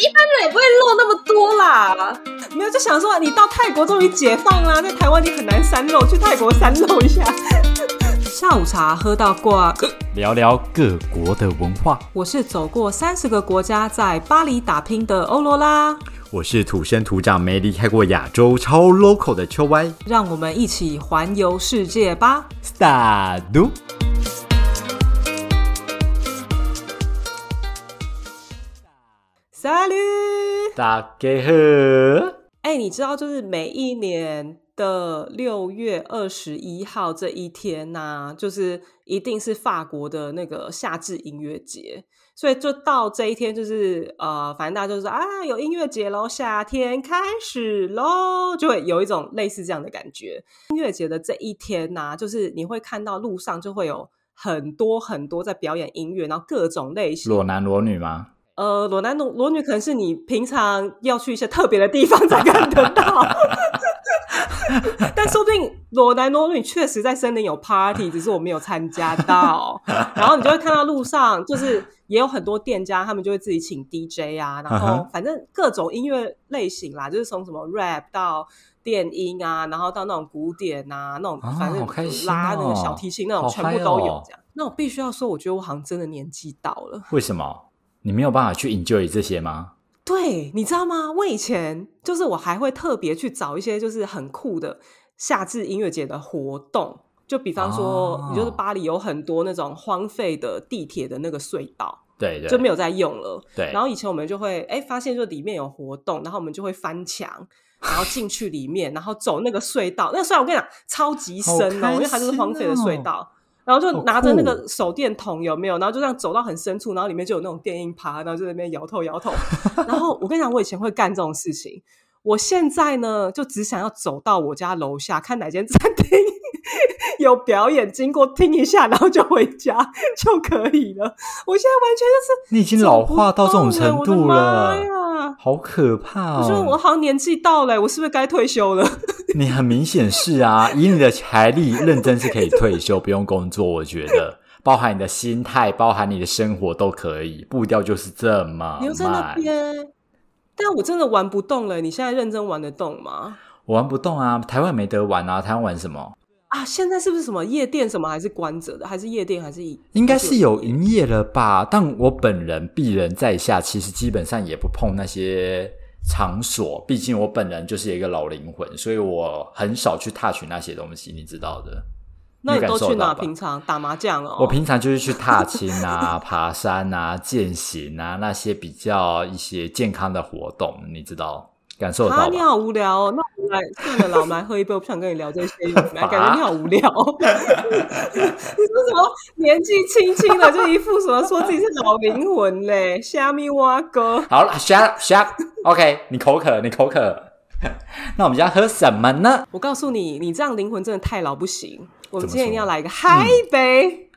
一般人也不会露那么多啦。没有就想说你到泰国终于解放啦，在台湾你很难三肉，去泰国三肉一下。 下午茶喝到挂，聊聊各国的文化。我是走过三十个国家，在巴黎打拼的欧罗拉，我是土生土长、没离开过亚洲、超 local 的秋歪。让我们一起环游世界吧。 Start。 Salut！大家好，哎、你知道就是每一年的六月二十一号这一天呐、就是一定是法国的那个夏至音乐节，所以就到这一天，就是呃，反正大家就说啊，有音乐节喽，夏天开始喽，就会有一种类似这样的感觉。音乐节的这一天呐、就是你会看到路上就会有很多很多在表演音乐，然后各种类型，裸男裸女吗？呃，裸男裸裸女可能是你平常要去一些特别的地方才看得到， 但说不定裸男裸女确实在森林有 party，只是我没有参加到。然后你就会看到路上就是也有很多店家，他们就会自己请 DJ 啊，然嗯后哼反正各种音乐类型啦，就是从什么 rap 到电音啊，然后到那种古典啊，那种啊反正好开心拉那哦种小提琴那种好全部嗨都有哦这样。那我必须要说，我觉得我好像真的年纪到了。为什么你没有办法去 enjoy 这些吗？对，你知道吗？我以前就是我还会特别去找一些就是很酷的夏至音乐节的活动，就比方说，你就是哦巴黎有很多那种荒废的地铁的那个隧道，对对，就没有有在用了。对，然后以前我们就会哎发现就里面有活动，然后我们就会翻墙，然后进去里面，然后走那个隧道。那个隧道我跟你讲超级深好哦，开因为它就是荒废的心隧哦道。然后就好拿着那个酷哦手电筒，有没有？然后就这样走到很深处，然后里面就有那种电音趴，然后就在那边摇头摇 头。然后我跟你讲，我以前会干这种事情，我现在呢就只想要走到我家楼下看哪间餐厅 有表演，经过听一下，然后就回家 就可以了。我现在完全就是你已经老化到这种程度了，好可怕我说我哦！好像年纪到了，我是不是该退休了？你很明显 是啊，以你的财力，认真是可以退休，不用工作。我觉得，包含你的心态，包含你的生活都可以，步调就是这么你又在那慢。边，但我真的玩不动了。你现在认真玩得动吗？我玩不动啊，台湾没得玩啊，台湾玩什么？啊，现在是不是什么夜店什么还是关着的？还是夜店还是应该是有营业了吧？但我本人鄙人在下，其实基本上也不碰那些场所，毕竟我本人就是一个老灵魂，所以我很少去 touch 那些东西，你知道的。那你感都受去到哪？吧平常打麻将哦。我平常就是去踏青 啊、爬山啊、健行啊那些比较一些健康的活动，你知道，感受得啊，到你吧？好无聊哦。那我们来算了啦，我们来喝一杯。我不想跟你聊这些，感觉你好 无聊。你说什么年纪轻轻的就一副什么说自己是老灵魂嘞？虾米蛙哥，好了，shut up, shut up。OK，你口渴，你口渴。 那我们要喝什么呢？我告诉你，你这样灵魂真的太老不行。我们怎今么天一定说要来一个嗨杯，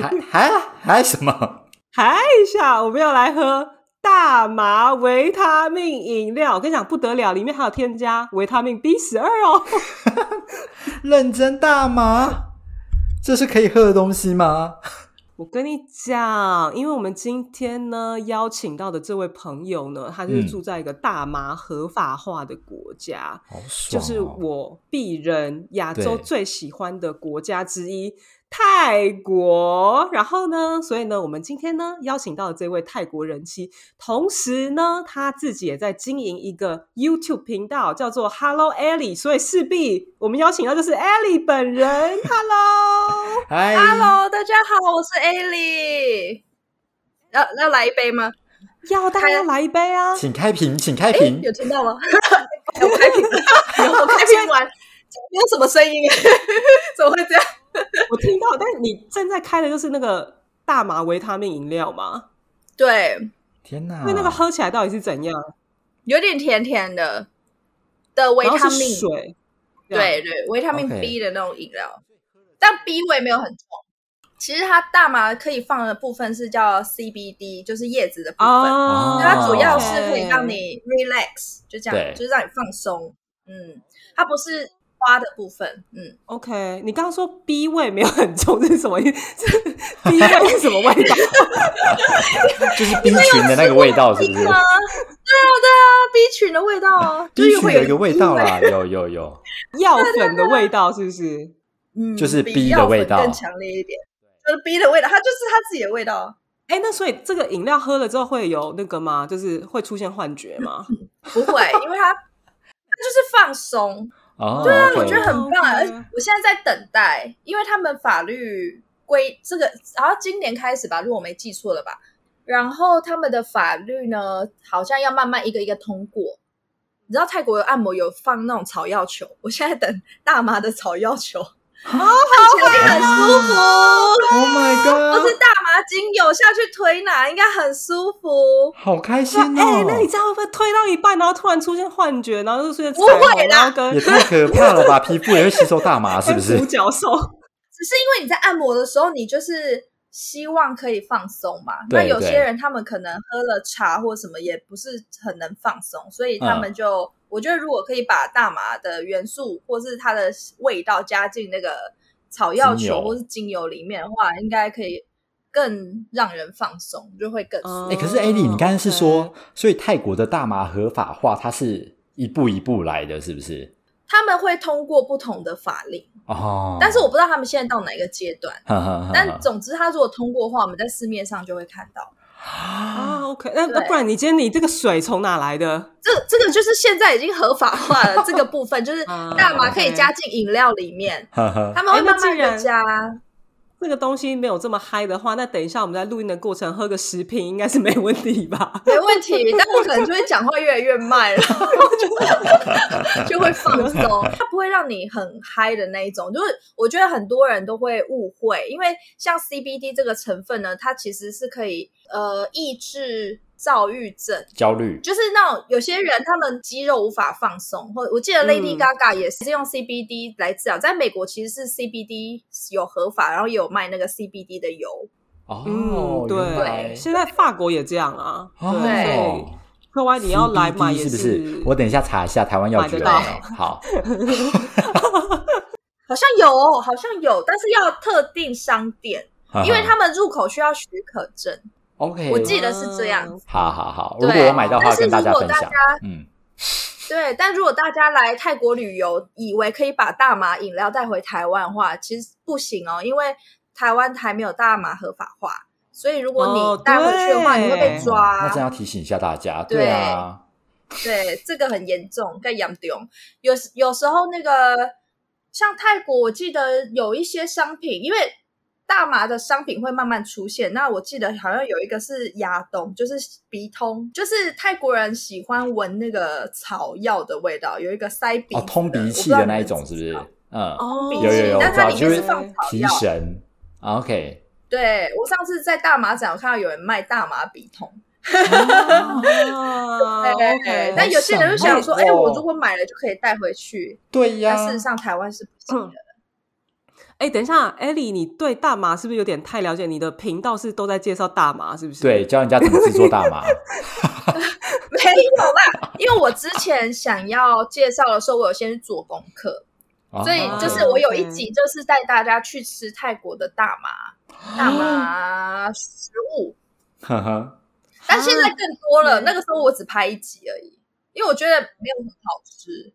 还还啊还什么？ 嗨一下，我们要来喝大麻维他命饮料。我跟你讲不得了，里面还有添加维他命 B 十二哦。 认真大麻，这是可以喝的东西吗？我跟你讲，因为我们今天呢邀请到的这位朋友呢，他是嗯住在一个大麻合法化的国家，好爽哦就是哦我鄙人亚洲对最喜欢的国家之一泰国。然后呢，所以呢，我们今天呢邀请到的这位泰国人妻，同时呢他自己也在经营一个 YouTube 频道，叫做 Hello Ellie，所以势必我们邀请到就是 Ellie 本人 ，Hello。嗨 Hello，大家好，我是 Ellie。要要来一杯吗？要大家开要来一杯啊！请开瓶，请开诶瓶有。听到吗？ 哎我开瓶，我开瓶完，没有什么声音， 怎么会这样？我听到，但是你正在开的就是那个大麻维他命饮料嘛？对，天哪！因为那嗯个喝起来到底是怎样？有点甜甜的的维然后他是命，水，这样对，对，维他命 OK B 的那种饮料，但 B 味没有很重。其实它大麻可以放的部分是叫 CBD，就是叶子的部分。啊，它主要哦 OK 是可以让你 relax，就这样，对就是让你放松。嗯，它不是花的部分。嗯， OK。你刚刚说 B 味没有很重，这是什么意思 ？B 味是什么味道？就是冰群的那个味道，是不是对？啊， ，B 群的味道啊，就 B 是群会有一个个味道啦，有有有，药粉的味道是不是？嗯，就是比 B 的药粉味道更强烈一点，就是 B 的味道，它就是它自己的味道，哎，那所以这个饮料喝了之后会有那个吗？就是会出现幻觉 吗？不会，因为它它就是放松，哦，对啊， OK 我觉得很棒， OK 而且我现在在等待，因为他们法律规这个，然后今年开始吧，如果我没记错了吧，然后他们的法律呢，好像要慢慢一个一个通过。你知道泰国有按摩有放那种草药球，我现在等大麻的草药球， 看起来很舒服， ，Oh my 或 God，是大麻精油下去推拿，应该很舒服。好开心那哎、哦，那你这样会不会推到一半，然后突然出现幻觉，然后就出现彩不会啦虹，然后跟也太可怕了吧，皮肤也会吸收大麻是不跟独是？角兽？只是因为你在按摩的时候，你就是希望可以放松嘛。对那有些对人他们可能喝了茶或什么，也不是很能放松，所以他嗯们就、我觉得如果可以把大麻的元素或是它的味道加进那个草药精油球或是精油里面的话，应该可以更让人放松，就会更舒服。哎、可是艾莉，你刚刚是 OK 说，所以泰国的大麻合法化，它是一步一步来的，是不是？他们会通过不同的法令，哦，但是我不知道他们现在到哪个阶段。呵呵呵，但总之，他如果通过的话，我们在市面上就会看到。啊，OK，那那对不然你今天你这个水从哪来的？这这个就是现在已经合法化 了，这个部分就是啊大麻可以 OK 加进饮料里面，呵呵他们会哎那慢慢既然的加。这个东西没有这么嗨的话，那等一下我们在录音的过程喝个十瓶应该是没问题吧？没问 题，但我可能就会讲话越来越慢，然后就就会放松。它不会让你很嗨的那一种，就是我觉得很多人都会误会，因为像 CBD 这个成分呢，它其实是可以呃抑制躁郁症，焦虑，就是那种有些人他们肌肉无法放松，或我记得 Lady 嗯 Gaga 也是用 CBD 来治疗，在美国其实是 CBD 有合法，然后也有卖那个 CBD 的油。哦，嗯，原对，来现在法国也这样啊，对，所以哦，科歪你要来买 CBD 也是不是？我等一下查一下台湾药局有没买得有。 好，好像有哦，好像有，但是要特定商店，啊因为呵呵他们入口需要许可证。 OK，啊我记得是这样子。好好好，如对果我买到的话，但是跟大家如果分大享家。嗯，对，但如果大家来泰国旅游，以为可以把大麻饮料带回台湾的话，其实不行哦，因为台湾还没有大麻合法化，所以如果哦你带回去的话，对你会被抓。那真要提醒一下大家。对对啊，对，这个很严重，更严重。有时有时候那个像泰国，我记得有一些商品，因为大麻的商品会慢慢出现。那我记得好像有一个是牙东，就是鼻通，就是泰国人喜欢闻那个草药的味道，有一个塞鼻哦，子通的鼻我气知道的你那一们种知是不是道？嗯，哦鼻有有涕有，但我知它道，里就面是是 放草提药。神。啊 OK，对我上次在大马展，我看到有人卖大麻鼻通。啊对，OK，但有些人就爽想说，哎、哦我如果买了就可以带回去，对呀但，事实上台湾是不行的。哎，等一下，艾莉，你对大麻是不是有点太了解？你的频道是都在介绍大麻，是不是？对，，教人家怎么制作大麻。 没有啦，因为我之前想要介绍的时候，我有先去做功课，哦 所以就是我有一集就是带大家去吃泰国的大哦麻大麻食物，呵呵，但现在更多了。嗯那个时候我只拍一集而已，因为我觉得没有很好吃。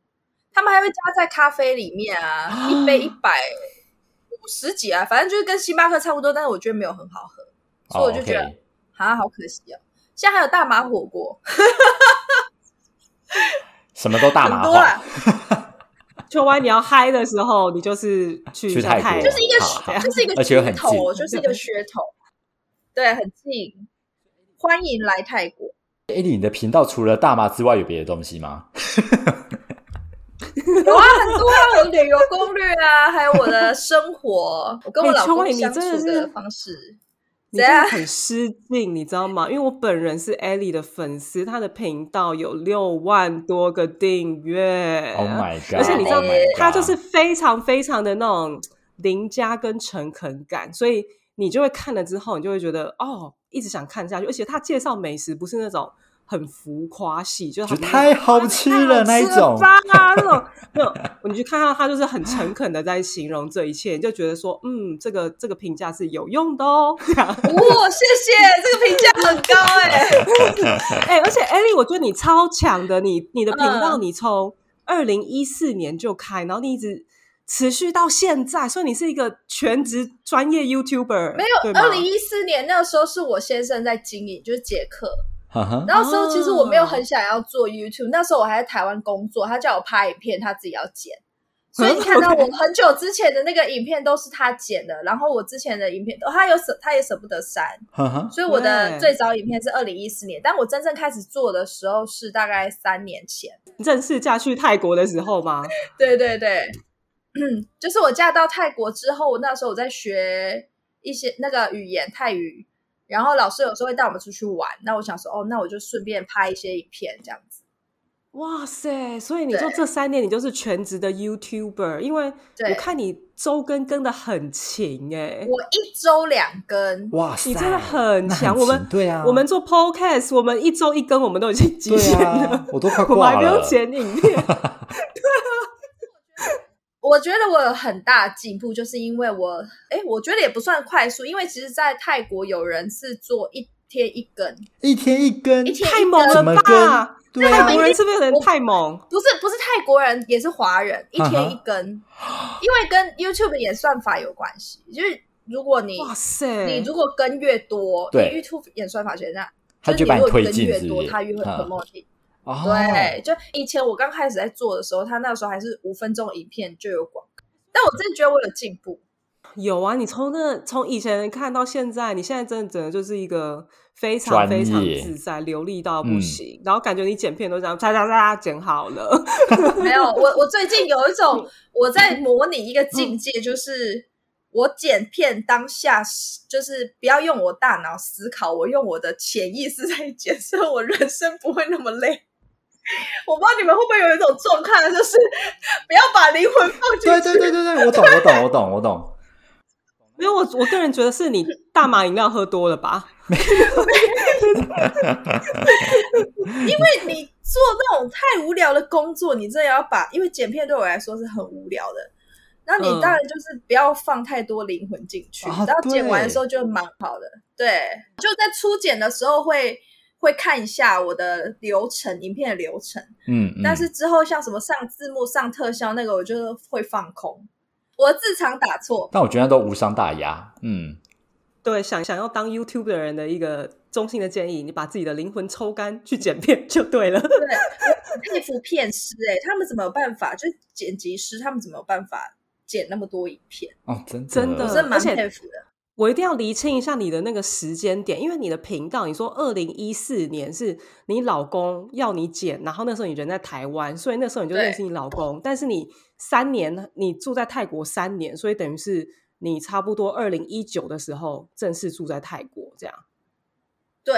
他们还会加在咖啡里面啊，一杯一百五十几啊，反正就是跟星巴克差不多，但是我觉得没有很好喝，所以我就觉得哦，OK 啊，好可惜哦。现在还有大麻火锅，什么都大麻很多啊啦化，，秋歪你要嗨的时候，你就是去去一下泰国就是一个好好这是一个而且又很噱头，哦近就是一个噱头，对，很近。欢迎来泰国，艾哎莉，你的频道除了大麻之外，有别的东西吗？有啊，很多啊，我的旅游攻略啊，还有我的生活，我跟我哎老秋公伟你相处真的是的方式。你真的怎很失敬，你知道吗？因为我本人是 Ellie 的粉丝，她的频道有六万多个订阅 Oh my god！而且你知道 Oh my god 她就是非常非常的那种邻家跟诚恳感，所以你就会看了之后，你就会觉得哦，一直想看下去。而且她介绍美食不是那种很浮夸系，就是她就不是太好吃了那一种啊，那种那种你去看到他就是很诚恳的在形容这一切，你就觉得说，嗯，这个这个评价是有用的哦。哦，谢谢，这个评价很高哎、哎、而且艾莉，我觉得你超强的，你你的频道嗯你从二零一四年就开，然后你一直持续到现在，所以你是一个全职专业 YouTuber，没对有，吗二零一四年那个时候是我先生在经营，就是杰克。哈哈，那时候其实我没有很想要做 YouTube，、那时候我还在台湾工作，他叫我拍影片，他自己要剪。所以你看到我很久之前的那个影片都是他剪的，然后我之前的影片，哦他有舍，他也舍不得删，哈哈，所以我的对最早影片是二零一四年，但我真正开始做的时候是大概三年前。正式嫁去泰国的时候吗？对对对， 就是我嫁到泰国之后，那时候我在学一些那个语言泰语，然后老师有时候会带我们出去玩，那我想说，哦，那我就顺便拍一些影片这样子。哇塞！所以你说对这三年你就是全职的 YouTuber，因为对我看你周更更的很勤哎、我一周两更，哇塞，你真的很那强。勤我们对啊，我们做 Podcast，我们一周一更，我们都已经极对限啊了，， 我都快我们挂还了，不用剪影片。我觉得我有很大的进步，就是因为我，哎，我觉得也不算快速，因为其实，在泰国有人是做一天一更，一天一根，一天太猛了怎么吧！跟对啊 泰国人是不是有点太猛？不是不是泰国人，也是华人，一啊天哈一更，因为跟 YouTube 演算法有关系，就是如果你哇塞！你如果跟越多，对因为 YouTube 演算法学那，他就是就你把如果你推跟进，越是不多，是？它越会嗯 promote 你。哦，对，就以前我刚开始在做的时候，他那时候还是五分钟影片就有广告，但我真的觉得我有进步。有啊，你从那从以前看到现在，你现在真的整个就是一个非常专非常业自在、流利到不嗯行，然后感觉你剪片都这样，嚓嚓嚓剪好了。 没有，我我最近有一种我在模拟一个境界，就是我剪片当下是就是不要用我大脑思考，我用我的潜意识在剪，所以我人生不会那么累。 我不知道你们会不会有一种状况，就是不要把灵魂放进去。对对对对对，我懂我懂我懂我懂，没有，我我个人觉得是你大麻饮料喝多了吧？因为你做那种太无聊的工作，你真的要把，因为剪片对我来说是很无聊的。那你嗯当然就是不要放太多灵魂进去，啊然后剪完的对时候就蛮好的。对，就在初剪的时候会会看一下我的流程，影片的流程。嗯，嗯但是之后像什么上字幕、上特效那个，我就会放空。我的字常打 错，但我觉得都无伤大雅，嗯，对，想想要当 YouTube 的人的一个中性的建议，你把自己的灵魂抽干去剪片就对了。佩服片师哎、他们怎么有办法？就是剪辑师，他们怎么有办法剪那么多影片？哦，真的真我的真的蛮而且佩服的。我一定要厘清一下你的那个时间点，因为你的频道，你说二零一四年是你老公要你剪，然后那时候你人在台湾，所以那时候你就对认识你老公，但是你三年你住在泰国三年，所以等于是你差不多二零一九的时候正式住在泰国这样。对，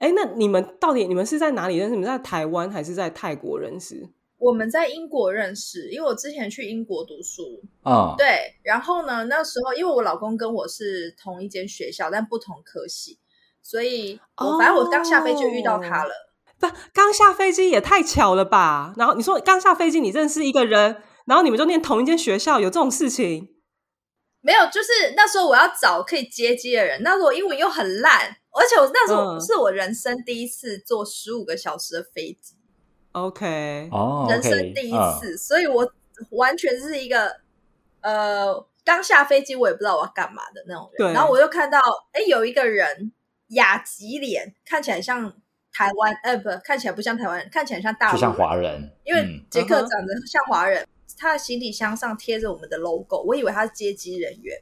哎，那你们到底你们是在哪里认识？你们在台湾还是在泰国认识？我们在英国认识，因为我之前去英国读书，啊，对，然后呢，那时候因为我老公跟我是同一间学校，但不同科系，所以我、哦反正我刚下飞就遇到他了，不，刚下飞机也太巧了吧？然后你说刚下飞机你认识一个人，然后你们就念同一间学校，有这种事情？没有，就是那时候我要找可以接机的人，那时候我英文又很烂，而且我那时候嗯是我人生第一次坐十五个小时的飞机， OK，哦，人 OK，生第一嗯次，所以我完全是一个呃，刚下飞机我也不知道我要干嘛的那种人。对然后我就看到，哎，有一个人雅吉脸，看起来像台湾，呃，不，看起来不像台湾人，看起来像大陆人，就像华人，因嗯为杰克嗯哼长得像华人，他的行李箱上贴着我们的 logo，我以为他是接机人 员。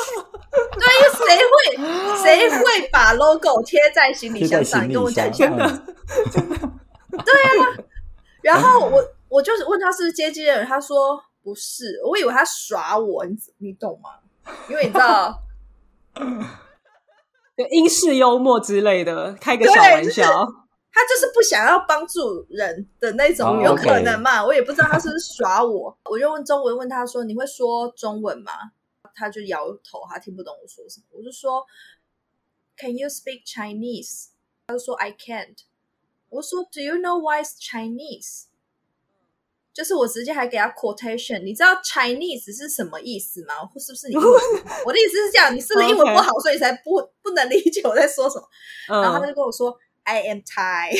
对，因为谁会谁会把 logo 贴在行李贴在箱上？行李你跟我讲一下箱，嗯然后我我就是问他是不是接机的人，他说不是，我以为他耍我，你你懂吗？因为你知道，对英式幽默之类的，开个对小玩就是笑。他就是不想要帮助人的那种，哦有 OK 可能嘛？我也不知道他是不是耍我，我就问中文，问他说你会说中文吗？他就摇头，他听不懂我说什么。我就说 Can you speak Chinese？他就说 I can't。我说 Do you know why it's Chinese？就是我直接还给他 quotation，你知道 Chinese 是什么意思吗？或是不是你英文不 好我的意思是这样，你是不是英文不好所以你才不不能理解我在说什么？然后他嗯，就跟我说 I am Thai，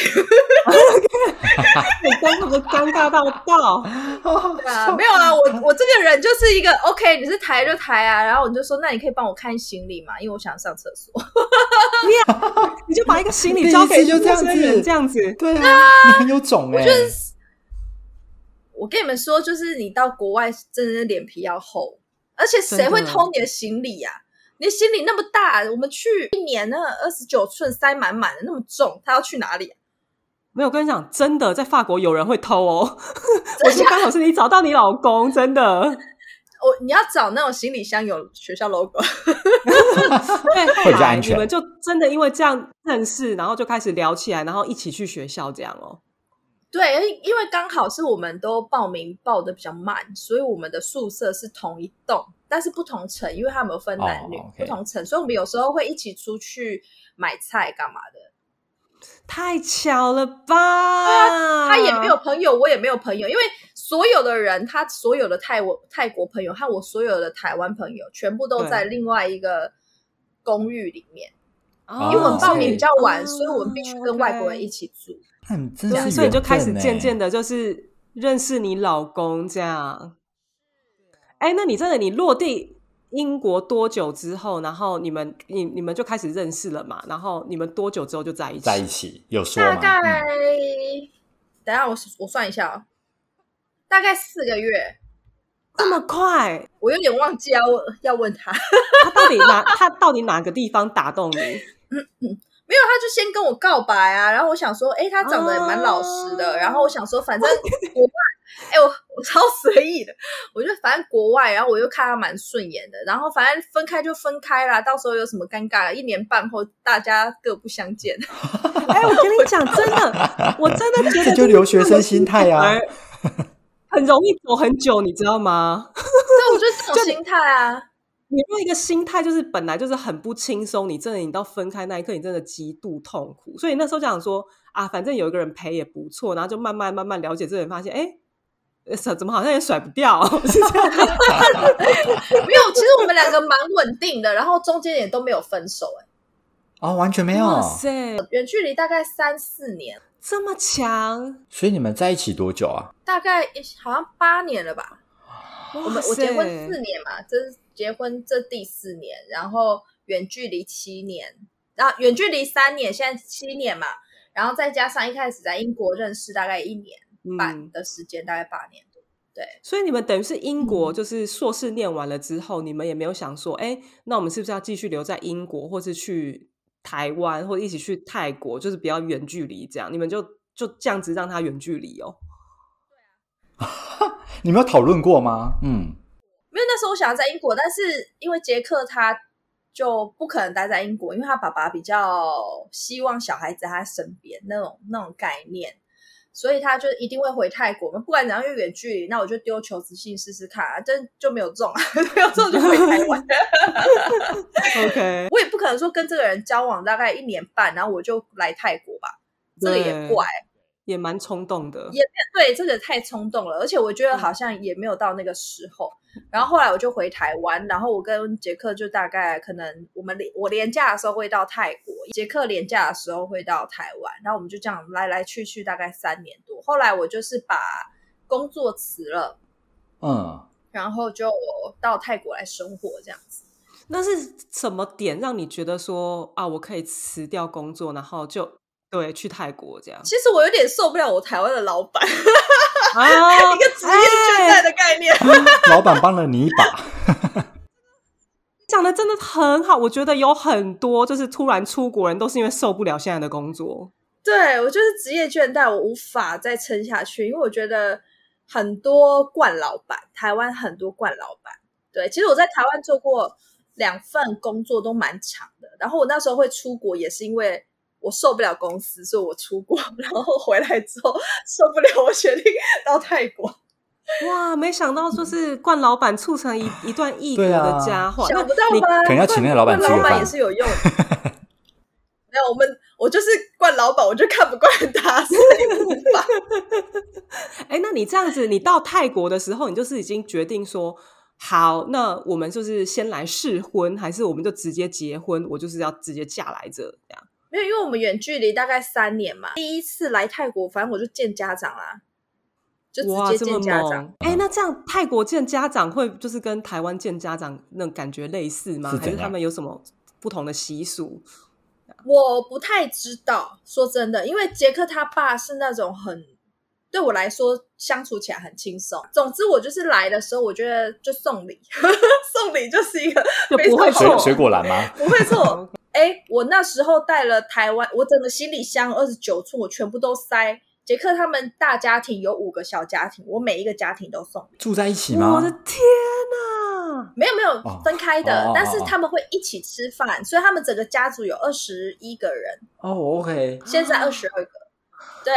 你真的尴尬到爆，嗯对啊，哦没有啊，我我这个人就是一个 OK，你是台就台啊，然后我就说那你可以帮我看行李嘛，因为我想上厕所。你就把一个行李交给第一次就这样陌生子人这样子，对啊，你很 有种哎、我跟你们说，就是你到国外真的是脸皮要厚，而且谁会真的偷你的行李呀、你的行李那么大，我们去一年那二十九寸塞满满的，那么重，他要去哪里、啊？没有，我跟你讲，真的在法国有人会偷哦。 我觉得刚好是你找到你老公，真的。我哦你要找那种行李箱有学校 logo，对，会后比较来安全你们就真的因为这样认识，然后就开始聊起来，然后一起去学校这样哦。对，因因为刚好是我们都报名报的比较慢，所以我们的宿舍是同一栋，但是不同层，因为他们有分男女、哦不，OK 同层，所以我们有时候会一起出去买菜干嘛的。太巧了吧？啊他也没有朋友，我也没有朋友，因为所有的人，他所有的泰国泰国朋友和我所有的台湾朋友，全部都在另外一个公寓里面。哦，因为我们报所以名比较晚，哦所以我们必须跟外国人一起住。那你真对啊，是欸所以你就开始渐渐的的，就是认识你老公这样。哎，那你真的你落地英国多久之后，然后你们你你们就开始认识了嘛？然后你们多久之后就在一起？在一起，有说大吗？概、嗯等一下我我算一下哦，大概四个月，这么快？我有点忘记要问要问他， 他到底哪他到底哪个地方打动你？哎没有，他就先跟我告白啊，然后我想说，哎，他长得也蛮老实的，哦然后我想说，反正国外，哎，我 我超随意的，我就反正国外，然后我又看他蛮顺眼的，然后反正分开就分开啦，到时候有什么尴尬，一年半后大家各不相见， 哎，我跟你讲，真的，我真的觉得这就留学生心态啊，很容易走很久，你知道吗？所以我觉得这就种心态啊，你若一个心态就是本来就是很不轻松，你真的你到分开那一刻，你真的极度痛苦。所以那时候就想说啊，反正有一个人陪也不错，然后就慢慢慢慢了解这个人，发现哎。呃怎怎么好像也甩不掉？ 是这样吗，没有，其实我们两个蛮稳定的，然后中间也都没有分手、哎，哦，完全没有。哇塞，远距离大概三四年，这么强！所以你们在一起多久啊？大概好像八年了吧，我我们我结婚四年嘛，这是结婚这第四年，然后远距离七年，然后远距离三年，现在七年嘛，然后再加上一开始在英国认识大概一年半嗯，的时间，大概八年多。所以你们等于是英国，就是硕士念完了之后，你们也没有想说，哎，那我们是不是要继续留在英国，或是去台湾，或者一起去泰国，就是比较远距离这样？你们就就这样子让他远距离哦。你们有讨论过吗？嗯，因为那时候我想要在英国，但是因为杰克他就不可能待在英国，因为他爸爸比较希望小孩子在他身边那种那种概念，所以他就一定会回泰国嘛。不管怎样，因为远距离，那我就丢求职信试试看啊，但就没有中啊， 没有中就回台湾。 OK， 我也不可能说跟这个人交往大概一年半，然后我就来泰国吧，这个也对怪。也蛮冲动的。也对，这个太冲动了，而且我觉得好像也没有到那个时候。然后后来我就回台湾，然后我跟杰克就大概可能我们连我廉假的时候会到泰国，杰克廉假的时候会到台湾，然后我们就这样来来去去大概三年多。后来我就是把工作辞了，嗯， 然后就到泰国来生活这样子。那是什么点让你觉得说啊，我可以辞掉工作，然后就对去泰国 这样其实我有点受不了我台湾的老板，啊？ 一个职业倦怠哎的概念。老板帮了你一把，讲的真的很好，我觉得有很多就是突然出国人都是因为受不了现在的工作。对我就是职业倦怠，我无法再撑下去，因为我觉得很多惯老板，台湾很多惯老板。对，其实我在台湾做过两份工作，都蛮长的。然后我那时候会出国，也是因为我受不了公司，所以我出国。 然后回来之后受不了，我决定到泰国。哇，没想到就是冠老板促成一一段异国对啊的佳话，想那不到你吧？可能要请那个老板惯吃老个板也饭。是有用的。 没有，我们我就是惯老板，我就看不惯他，所以无法。哎，那你这样子，你到泰国的时候，你就是已经决定说，好，那我们就是先来试婚，还是我们就直接结婚？我就是要直接嫁来这这样。没有，因为我们远距离大概三年嘛，第一次来泰国，反正我就见家长啦，就哇，直接这么见家长嗯猛。！哎，那这样泰国见家长会就是跟台湾见家长那种感觉类似吗？是还怎是他样们有什么不同的习俗？我不太知道，说真的，因为杰克他爸是那种很对我来说相处起来很轻松。总之，我就是来的时候，我觉得就送礼， 送礼就是一个就非不会常错好 水水果篮吗？ 不会 错。哎，我那时候带了台湾，我整个行李箱二十九寸，我全部都塞。杰克他们大家庭有五个小家庭，我每一个家庭都送礼，住在一起我吗的？天哪！没有没有哦分开的，哦哦但是哦他们会一起吃饭，所以他们整个家族有二十一个人，哦，OK，现在啊二十二个，对。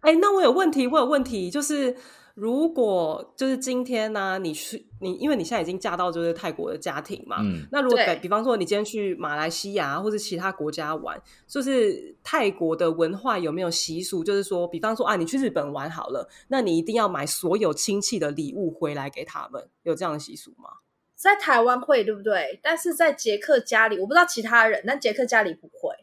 哎，那我有问题，我有问题，就是如果就是今天呢、你去你，因为你现在已经嫁到就是泰国的家庭嘛，嗯，那如果对比比方说你今天去马来西亚或者其他国家玩，就是泰国的文化有没有习俗？就是说，比方说啊，你去日本玩好了，那你一定要买所有亲戚的礼物回来给他们，有这样的习俗吗？在台湾会，对不对？但是在杰克家里，我不知道其他人，但杰克家里不会，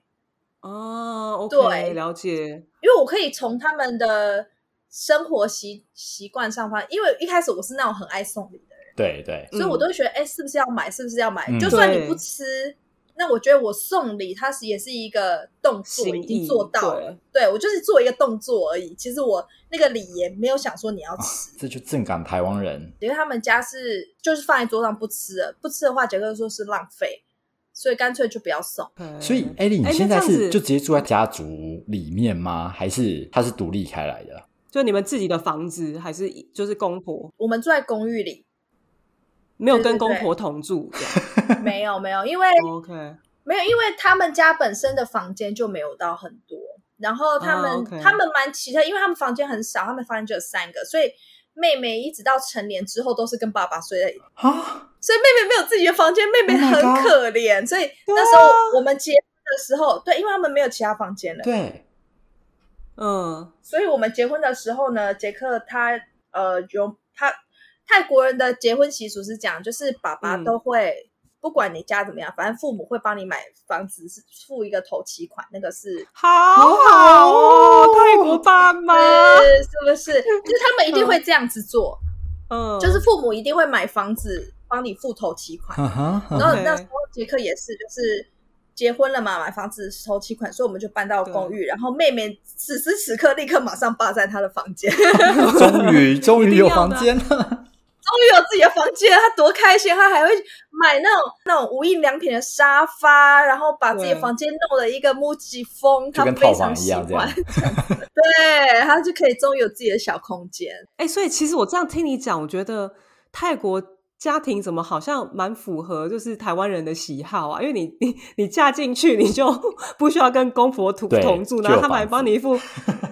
哦，OK，对了解。因为我可以从他们的生活习习惯上发，因为一开始我是那种很爱送礼的人，对对，所以我都会觉得，哎、是不是要买？是不是要买？嗯就算你对不吃，那我觉得我送礼，它是也是一个动作，心已经意做到了。对我就是做一个动作而已，其实我那个礼也没有想说你要吃。这就正港台湾人。因为他们家是就是放在桌上不吃了，不吃的话，杰克说是浪费，所以干脆就不要送。 OK 所以，艾莉，你哎现那在这样是子就直接住在家族里面吗？还是它是独立开来的？就你们自己的房子还是就是公婆，我们住在公寓里，没有对跟对公对婆同住这样没有没有，因为 OK，没有，因为他们家本身的房间就没有到很多，然后他哦们、啊，OK 他们蛮奇特，因为他们房间很少，他们房间只有三个，所以妹妹一直到成年之后都是跟爸爸睡在一起，啊，所以妹妹没有自己的房间，妹妹 Oh my 很 God 可怜，所以那时候我们结婚的时候，对，因为他们没有其他房间了，对，嗯，所以我们结婚的时候呢，杰克他呃有他泰国人的结婚习俗是讲，就是爸爸嗯都会、不管你家怎么样，反正父母会帮你买房子，是付一个头期款，那个是。好好哦，泰国爸妈，是是不是？就是他们一定会这样子做，嗯，就是父母一定会买房子帮你付头期款。啊哈哈，然后 OK 那时候杰克也是，就是结婚了嘛，买房子头期款，所以我们就搬到公寓。然后妹妹此时此刻立刻马上霸占她的房间，终 终于终一于定有要房的 间了。于有自己的房间，她多开心！她还会买那种那种无印良品的沙发，然后把自己的对房间弄了一个木吉风，嗯就她跟非套常房一喜样，这欢样。 对，她就可以终于有自己的小空间。哎、所以其实我这样听你讲，我觉得泰国家庭怎么好像蛮符合就是台湾人的喜好啊？因为你你你嫁进去，你就 不需要跟公婆同对同住，就然后有他们还房帮子你付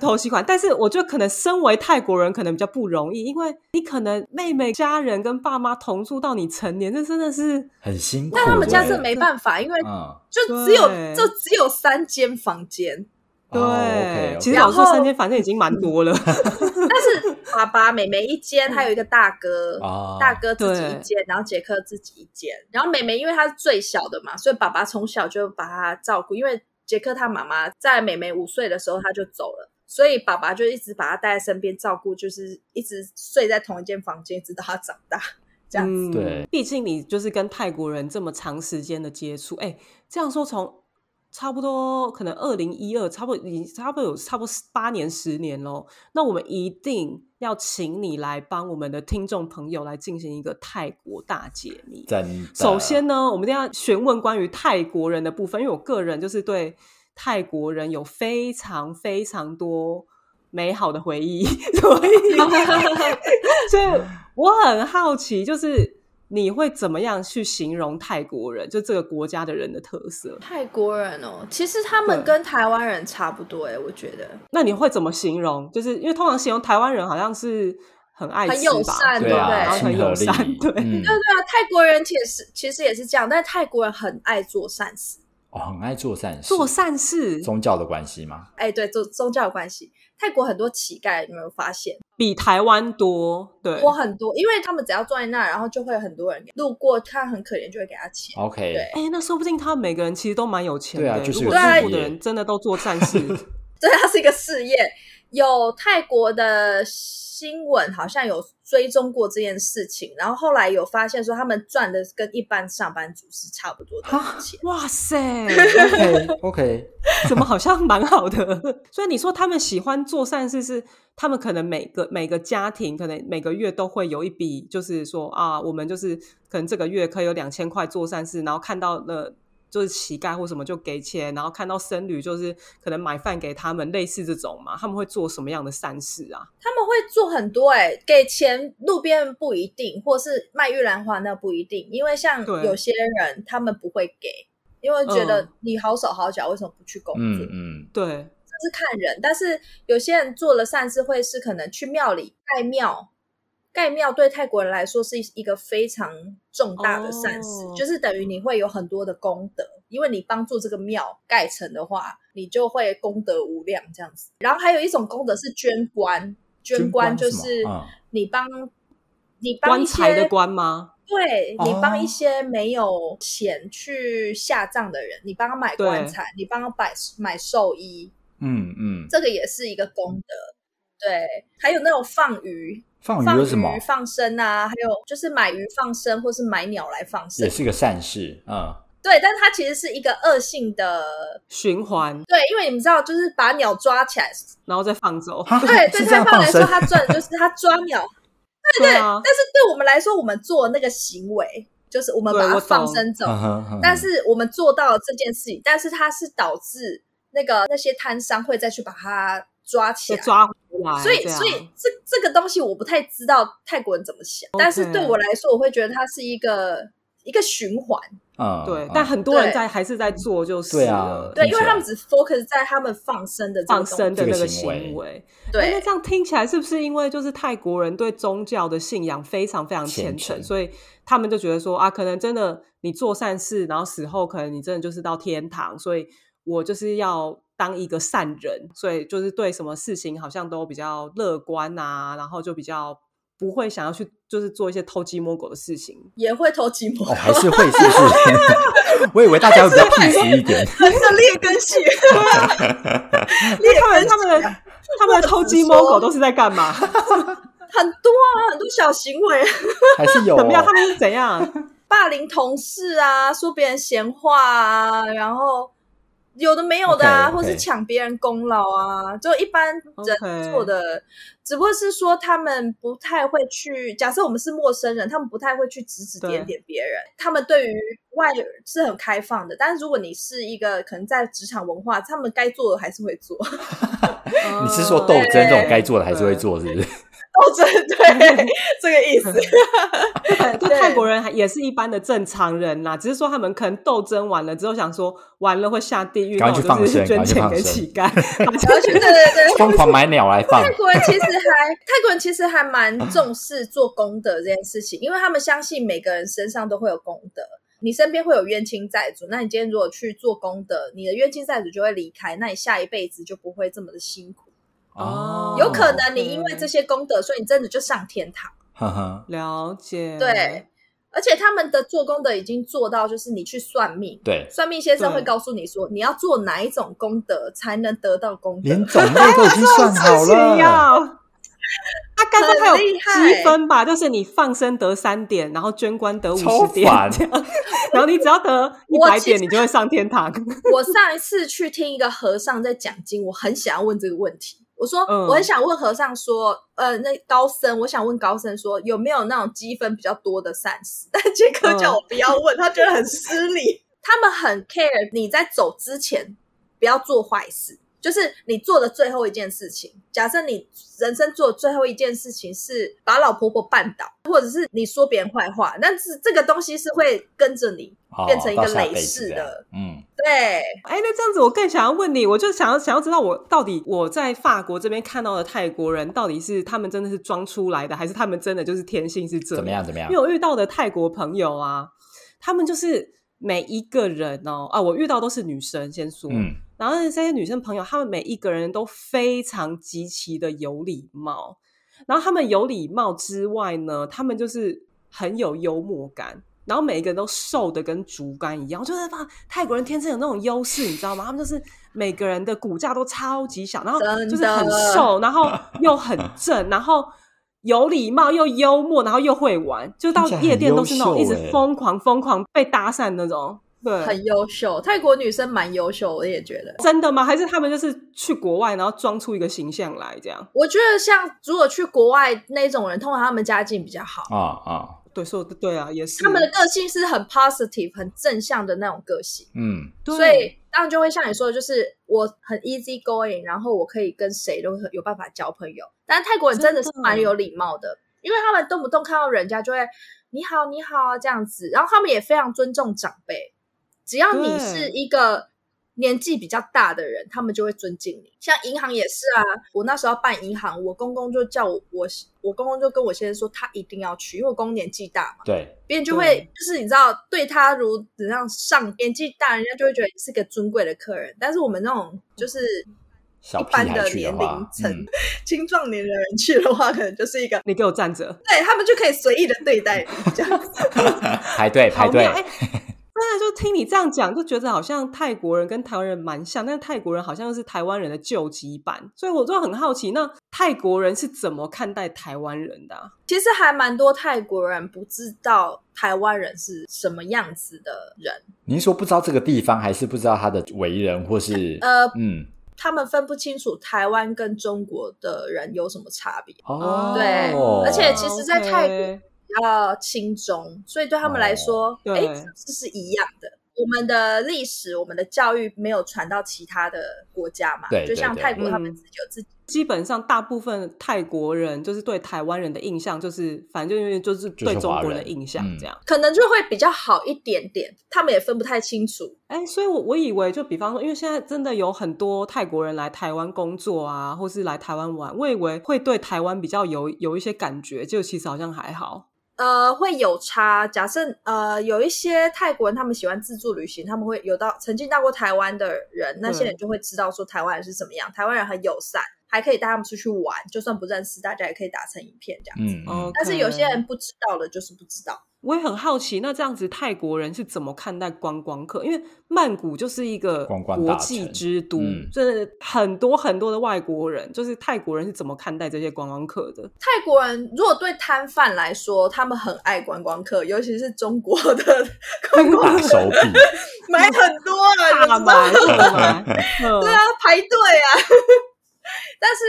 头期款。但是我觉得可能身为泰国人可能比较不容易，因为你可能妹妹家人跟爸妈同住到你成年，这真的是很辛苦。但他们家真的欸没办法，因为嗯，就只有对就只有三间房间，对。哦 OK，其实然老实说，后三间反正已经蛮多了。但是爸爸、妹妹一嗯间，还有一个大哥，啊，大哥自己对一间，然后杰克自己一间，然后妹妹因为她是最小的嘛，所以爸爸从小就把她照顾，因为杰克他妈妈在妹妹五岁的时候他就走了。所以爸爸就一直把她带在身边照顾，就是一直睡在同一间房间，直到她长大。这样嗯对，毕竟你就是跟泰国人这么长时间的接触，哎，这样说从差不多可能二零一二，差不多你差不多有差不多八年十年咯。那我们一定要请你来帮我们的听众朋友来进行一个泰国大解密。真的首先呢，我们一定要询问关于泰国人的部分，因为我个人就是对泰国人有非常非常多美好的回忆， 所哦以所以我很好奇，就是你会怎么样去形容泰国人，就这个国家的人的特 色？泰国人哦，其实他们对跟台湾人差不多哎、我觉得那你会怎么形容？就是因为通常形容台湾人好像是很爱很吃友吧，善对对啊，然后很亲和友力善，对。嗯对啊，泰国人其实其实也是这样，但是泰国人很爱做善事，哦，很爱做善事，做善事宗教的关系吗？哎，对，宗宗教有关系。泰国很多乞丐，你有没有发现？比台湾多，对，我很多，因为他们只要坐在那，然后就会有很多人路过，看很可怜，就会给他钱。 OK，对哎、那说不定他们每个人其实都蛮有钱的。对啊就是如果有泰事国的业人真的都做善 事，对， 它是一个事业。有泰国的新闻好像有追踪过这件事情，然后后来有发现说他们赚的跟一般上班族是差不多的哈钱。哇 塞， OK OK，怎么好像蛮好的？ 所以你说他们喜欢做善事是，他们可能每个每个家庭可能每个月都会有一笔，就是说啊，我们就是可能这个月可以有两千块做善事，然后看到了。就是乞丐或什么就给钱，然后看到僧侣就是可能买饭给他们，类似这种嘛，他们会做什么样的善事啊？他们会做很多哎、给钱路边不一定，或是卖玉兰花那不一定，因为像对有些人他们不会给，因为觉得嗯你好手好脚，为什么不去工作？嗯 嗯，对，是看人，但是有些人做了善事，会是可能去庙里盖庙。盖庙对泰国人来说是一个非常重大的善事，哦就是等于你会有很多的功德，因为你帮助这个庙盖成的话，你就会功德无量这样子。然后还有一种功德是捐官，捐官捐就官是是什么嗯你帮、你帮啊棺一材些的棺吗？对你帮哦一些没有钱去下葬的人，你帮他买对棺材，你帮他买买寿衣，嗯嗯，这个也是一个功德。对，还有那种放鱼，放放鱼有什么？放生啊，还有就是买鱼放生，或是买鸟来放生也。是个善事，嗯，对，但它其实是一个恶性的，循环，对，因为你们知道，就是把鸟抓起来，然后再放走。哈对，对是这泰样放放来说，生，它 赚的就是它抓鸟， 对啊，但是对我们来说，我们做的那个行为，就是我们对把它我放懂生走，嗯哼嗯但是我们做到了这件事情，但是它是导致那个那些摊商会再去把它抓起就来，抓回来。所以，这样所以这这个东西我不太知道泰国人怎么想 OK 但是对我来说，我会觉得它是一个一个循环，嗯，对嗯，但很多人对在还是在做，就是对啊了对，听因起来为他们只 focus 在他们放生的这个放东西生的这个那个行为行为。哎那对这样听起来是不是因为就是泰国人对宗教的信仰非常非常虔虔诚所以他们就觉得说啊，可能真的你做善事，然后死后可能你真的就是到天堂，所以我就是要当一个善人，所以就是对什么事情好像都比较乐观啊，然后就比较不会想要去就是做一些偷鸡摸狗的事 情。也会偷鸡摸哦，还是会是不是？我 以为大家会比较 peace 一点，那劣根性，因为他们他们的他们的偷鸡摸狗都是在干 嘛？很多啊，很多小行为，还是有怎么样？哦他们是怎样？霸凌同事啊，说别人闲话啊，然后有的没有的啊 OK，OK 或是抢别人功劳啊，就一般 OK 人做的只不过是说他们不太会去。假设我们是陌生人，他们不太会去指指点点别人，他们对于外是很开放的。但是如果你是一个可能在职场文化，他们该做的还是会做， 你是说斗嗯争这种对该做的还是会做，是不是？哦，对对，这个意思。对，对泰国人还也是一般的正常人啦，只是说他们可能斗争完了之后，想说完了会下地狱，赶那快我去放就生是捐钱赶快给去放生乞丐， 然后去对对对，疯狂买鸟来放泰，国人其实还泰国人其实还蛮重视做功德这件事情，因为他们相信每个人身上都会有功德。你身边会有冤亲债主，那你今天如果去做功德，你的冤亲债主就会离开，那你下一辈子就不会这么的辛苦。哦有可能你因 OK 为这些功德，所以你真的就上天堂。呵呵，了解，对，而且他们的做功德已经做到，就是你去算命，对，算命先生对会告诉你说你要做哪一种功德才能得到功德。连种类都已经算好事情了，要。他该不会还有很厉害积分吧？就是你放生得三点，然后捐官得五 超十点，烦， 然后你只要得一我百其实点，你就会上天 堂。我上一次去听一个和尚在讲经，我很想要问这个问题。我说，嗯我很想问和尚说，呃，那高僧，我想问高僧说，有没有那种积分比较多的善事？ 但杰克叫我不要问，他觉得很失礼。他们很 care 你在走之前不要做坏事，就是你做的最后一件事情。假设你人生做的最后一件事情是把老婆婆绊倒，或者是你说别人坏话，但是这个东西是会跟着你哦变成一个到下累辈世子这样的，嗯，对。哎，那这样子，我更想要问你，我就想要想要知道我，到底我在法国这边看到的泰国人，到底是他们真的是装出来的，还是他们真的就是天性是这怎么？样怎么样因为？我遇到的泰国朋友啊，他们就是每一个人哦，啊，我遇到都是女生，先说，嗯，然后这些女生朋友，她们每一个人都非常极其的有礼貌，然后她们有礼貌之外呢，她们就是很有幽默感，然后每一个人都瘦的跟竹竿一样，我就是把泰国人天生有那种优势，你知道吗？他们就是每个人的骨架都超级小，然后真的就是很 瘦，然后又很正，然后。有礼貌又幽默，然后又会玩，就到听起来很夜店都是那种优一秀直欸疯狂疯狂被搭讪那种。对，很优秀，泰国女生蛮优秀，我也觉得。真的吗？还是他们就是去国外，然后装出一个形象来这样？我觉得像如果去国外那种人，通常他们家境比较好，啊啊，对，说的对啊，也是他们的个性是很 positive、很正向的那种个性，嗯，对所以当然就会像你说的，就是我很 easy going，然后我可以跟谁都有办法交朋友。但是泰国人真的是真的蛮有礼貌的，因为他们动不动看到人家就会你好你好这样子，然后他们也非常尊重长辈，只要你对是一个。年纪比较大的人，他们就会尊敬你。像银行也是啊，我那时候办银行，我公公就叫我，我我公公就跟我先生说，他一定要去，因为我公公年纪大嘛。对，别人就对会就是你知道，对他如怎样上年纪大，人家就会觉得你是个尊贵的客人。但是我们那种就是小一屁般的孩去年龄话，层嗯， 青壮年的人去的话，可能就是一个你给我站着，对他们就可以随意的对待 你这样子。 排队排好队啊妙，哎、真的就听你这样讲，就觉得好像泰国人跟台湾人蛮像，但是泰国人好像是台湾人的救急版，所以我就很好奇，那泰国人是怎么看待台湾人的啊、其实还蛮多泰国人不知道台湾人是什么样子的人，您说不知道这个地方，还是不知道他的为人，或是 呃，嗯他们分不清楚台湾跟中国的人有什么差别。哦，对而且其实在泰国哦 OK 比较轻中，所以对他们来说，哦哎、对是不是一样的？我们的历史、我们的教育没有传到其他的国家嘛？对就像对对泰国，嗯他们自己有自己，基本上大部分泰国人就是对台湾人的印象，就是反正就是就是就是对中华国人的人印象嗯这样。可能就会比较好一点点。他们也分不太清楚，哎，所以我，我以为就比方说，因为现在真的有很多泰国人来台湾工作啊，或是来台湾玩，我以为会对台湾比较有有一些感觉，就其实好像还好。呃，会有差。假设呃，有一些泰国人他们喜欢自助旅行，他们会有到曾经到过台湾的人，那些嗯人就会知道说台湾人是怎么样，台湾人很友善，还可以带他们出去玩，就算不认识，大家也可以打成一片这样子。嗯哦嗯，但是有些人不知道的，就是不知道。我也很好奇，那这样子泰国人是怎么看待观光客？因为曼谷就是一个观光国大际城之都，嗯就是很多很多的外国人，就是泰国人是怎么看待这些观光客的？泰国人如果对摊贩来说，他们很爱观光客，尤其是中国的 观光大客手笔，买很多啊，你大知道买特买，嗯对啊，排队啊。 但是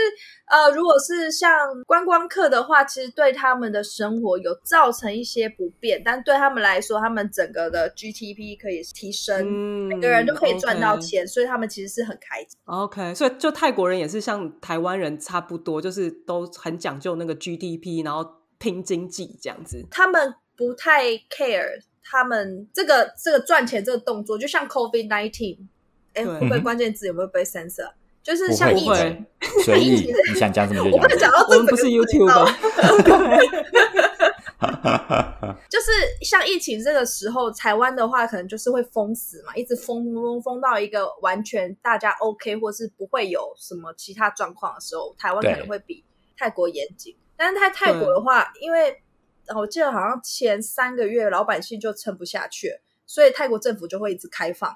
呃，如果是像观光客的话，其实对他们的生活有造成一些不便，但对他们来说，他们整个的 GTP 可以提升，嗯，每个人都可以赚到 OK 钱，所以他们其实是很开心。 OK，所以就泰国人也是像台湾人差不多，就是都很讲究那个 GDP，然后拼经济这样子。他们不太 care 他们这个这个赚钱这个动作，就像 COVID nineteen，哎，对会不会嗯关键字有没有被 censor？就是 不像会疫不情，会，随意，你想讲什么就我不讲能什讲么。到我哦这整们个不是字你知道吗 YouTube， 就是像疫情这个时候，台湾的话可能就是会封死嘛，一直封封封封到一个完全大家 OK，或是不会有什么其他状况的时候，台湾对可能会比泰国严谨。但是在泰国的话，因为呃我记得好像前三个月老百姓就撑不下去了，所以泰国政府就会一直开放，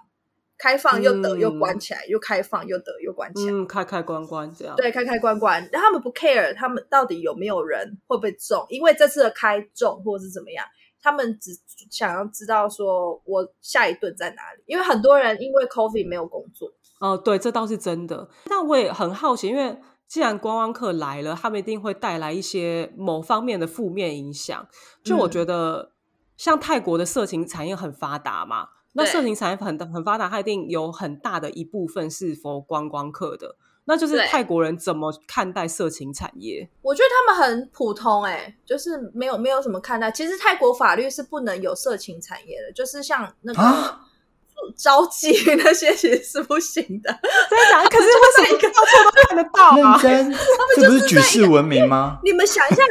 开放又得嗯又关起来，又开放又得又关起来。嗯，开开关关这样。对，开开关关，但他们不 care 他们到底有没有人会不会中，因为这次的开中或是怎么样，他们只想要知道说我下一顿在哪里，因为很多人因为 coffee 没有工作，哦，对，这倒是真的。但我也很好奇，因为既然观光客来了，他们一定会带来一些某方面的负面影响。就我嗯觉得，像泰国的色情产业很发达嘛，那对色情产业很很发达，它一定有很大的一部分是 for 观光客的。那就是对泰国人怎么看待色情产业？ 我觉得他们很普通、欸，就是没有没有什么看待。其实泰国法律是不能有色情产业的，就是像那个。啊招妓 那些其实是不行的，真的假的？可是为什么到处都看得到 认啊？真，这不是举世闻名吗？ 你们想一下，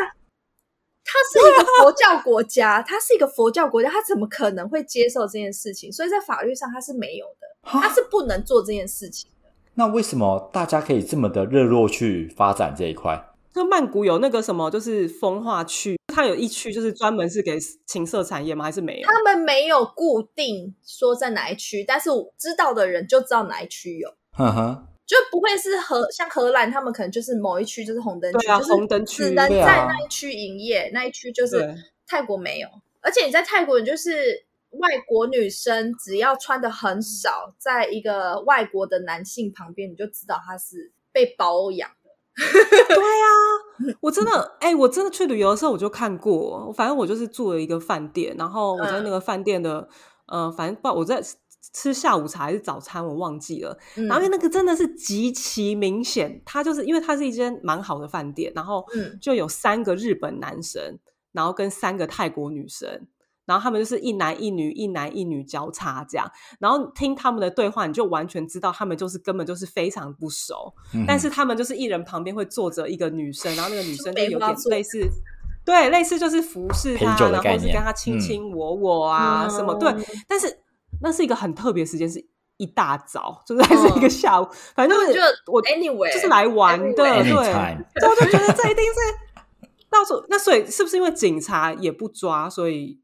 它是一个佛教国家，它是一个佛教国家，它怎么可能会接受这件事情？所以在法律上它是没有的，哦它是不能做这件事情的。那为什么大家可以这么的热络去发展这一块？那曼谷有那个什么，就是风化区，它有一区就是专门是给情色产业吗？还是没有？他们没有固定说在哪一区，但是我知道的人就知道哪一区有，哼哼，就不会是荷像荷兰，他们可能就是某一区就是红灯区，对啊就是红灯区只能对啊在那一区营业，那一区就是对泰国没有。而且你在泰国，你就是外国女生，只要穿的很少，在一个外国的男性旁边，你就知道她是被包养的。对啊，我嗯真的，哎、我真的去旅游的时候我就看过，反正我就是住了一个饭店，然后我在嗯那个饭店的，呃，反正不知道我在吃下午茶还是早餐，我忘记了。嗯然后因为那个真的是极其明显，它就是因为它是一间蛮好的饭店，然后嗯就有三个日本男生，然后跟三个泰国女生。然后他们就是一男一女，一男一女交叉这样，然后听他们的对话，你就完全知道他们就是根本就是非常不熟，嗯哼但是他们就是一人旁边会坐着一个女生，然后那个女生就梅有花点座类似，对，类似就是服侍陪她，酒的然概后是跟念她亲嗯亲我我啊、嗯什么，对。但是那是一个很特别的时间，是一大早，就是还是一个下午，反正哦他们是就我 anyway 就是来玩的，对。 everywhere 所 Anytime 以我就觉得这一定是到时候，那所以是不是因为警察也不抓，所以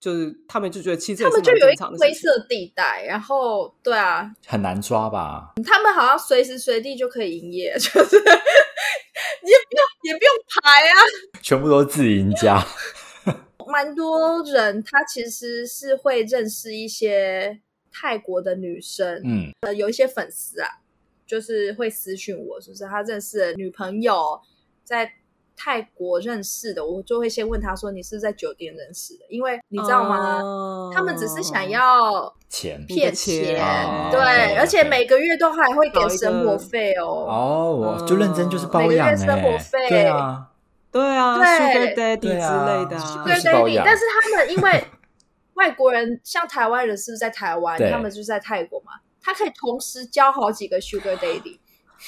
就是他们就觉得其实他也是们就蛮有一正个常的灰事情。色地带，然后对啊，很难抓吧？他们好像随时随地就可以营业， 就是也不用也不用排啊。全部都是自营 家，蛮多人他其实是会认识一些泰国的女生，嗯，就是会私讯我，就是他认识的女朋友在泰国认识的，我就会先问他说你是不是在酒店认识的，因为你知道吗？哦他们只是想要钱你的骗钱钱，哦对， OK，OK 而且每个月都还会搞给一个生活费哦。哦，我就认真就是包每个月养生活哎、费对啊，对啊对，Sugar Daddy 之对啊类的、 Sugar 对是对包对，养但是他们因为外国人，像台湾人是不是在台湾对，他们就是在泰国嘛，他可以同时交好几个 Sugar Daddy，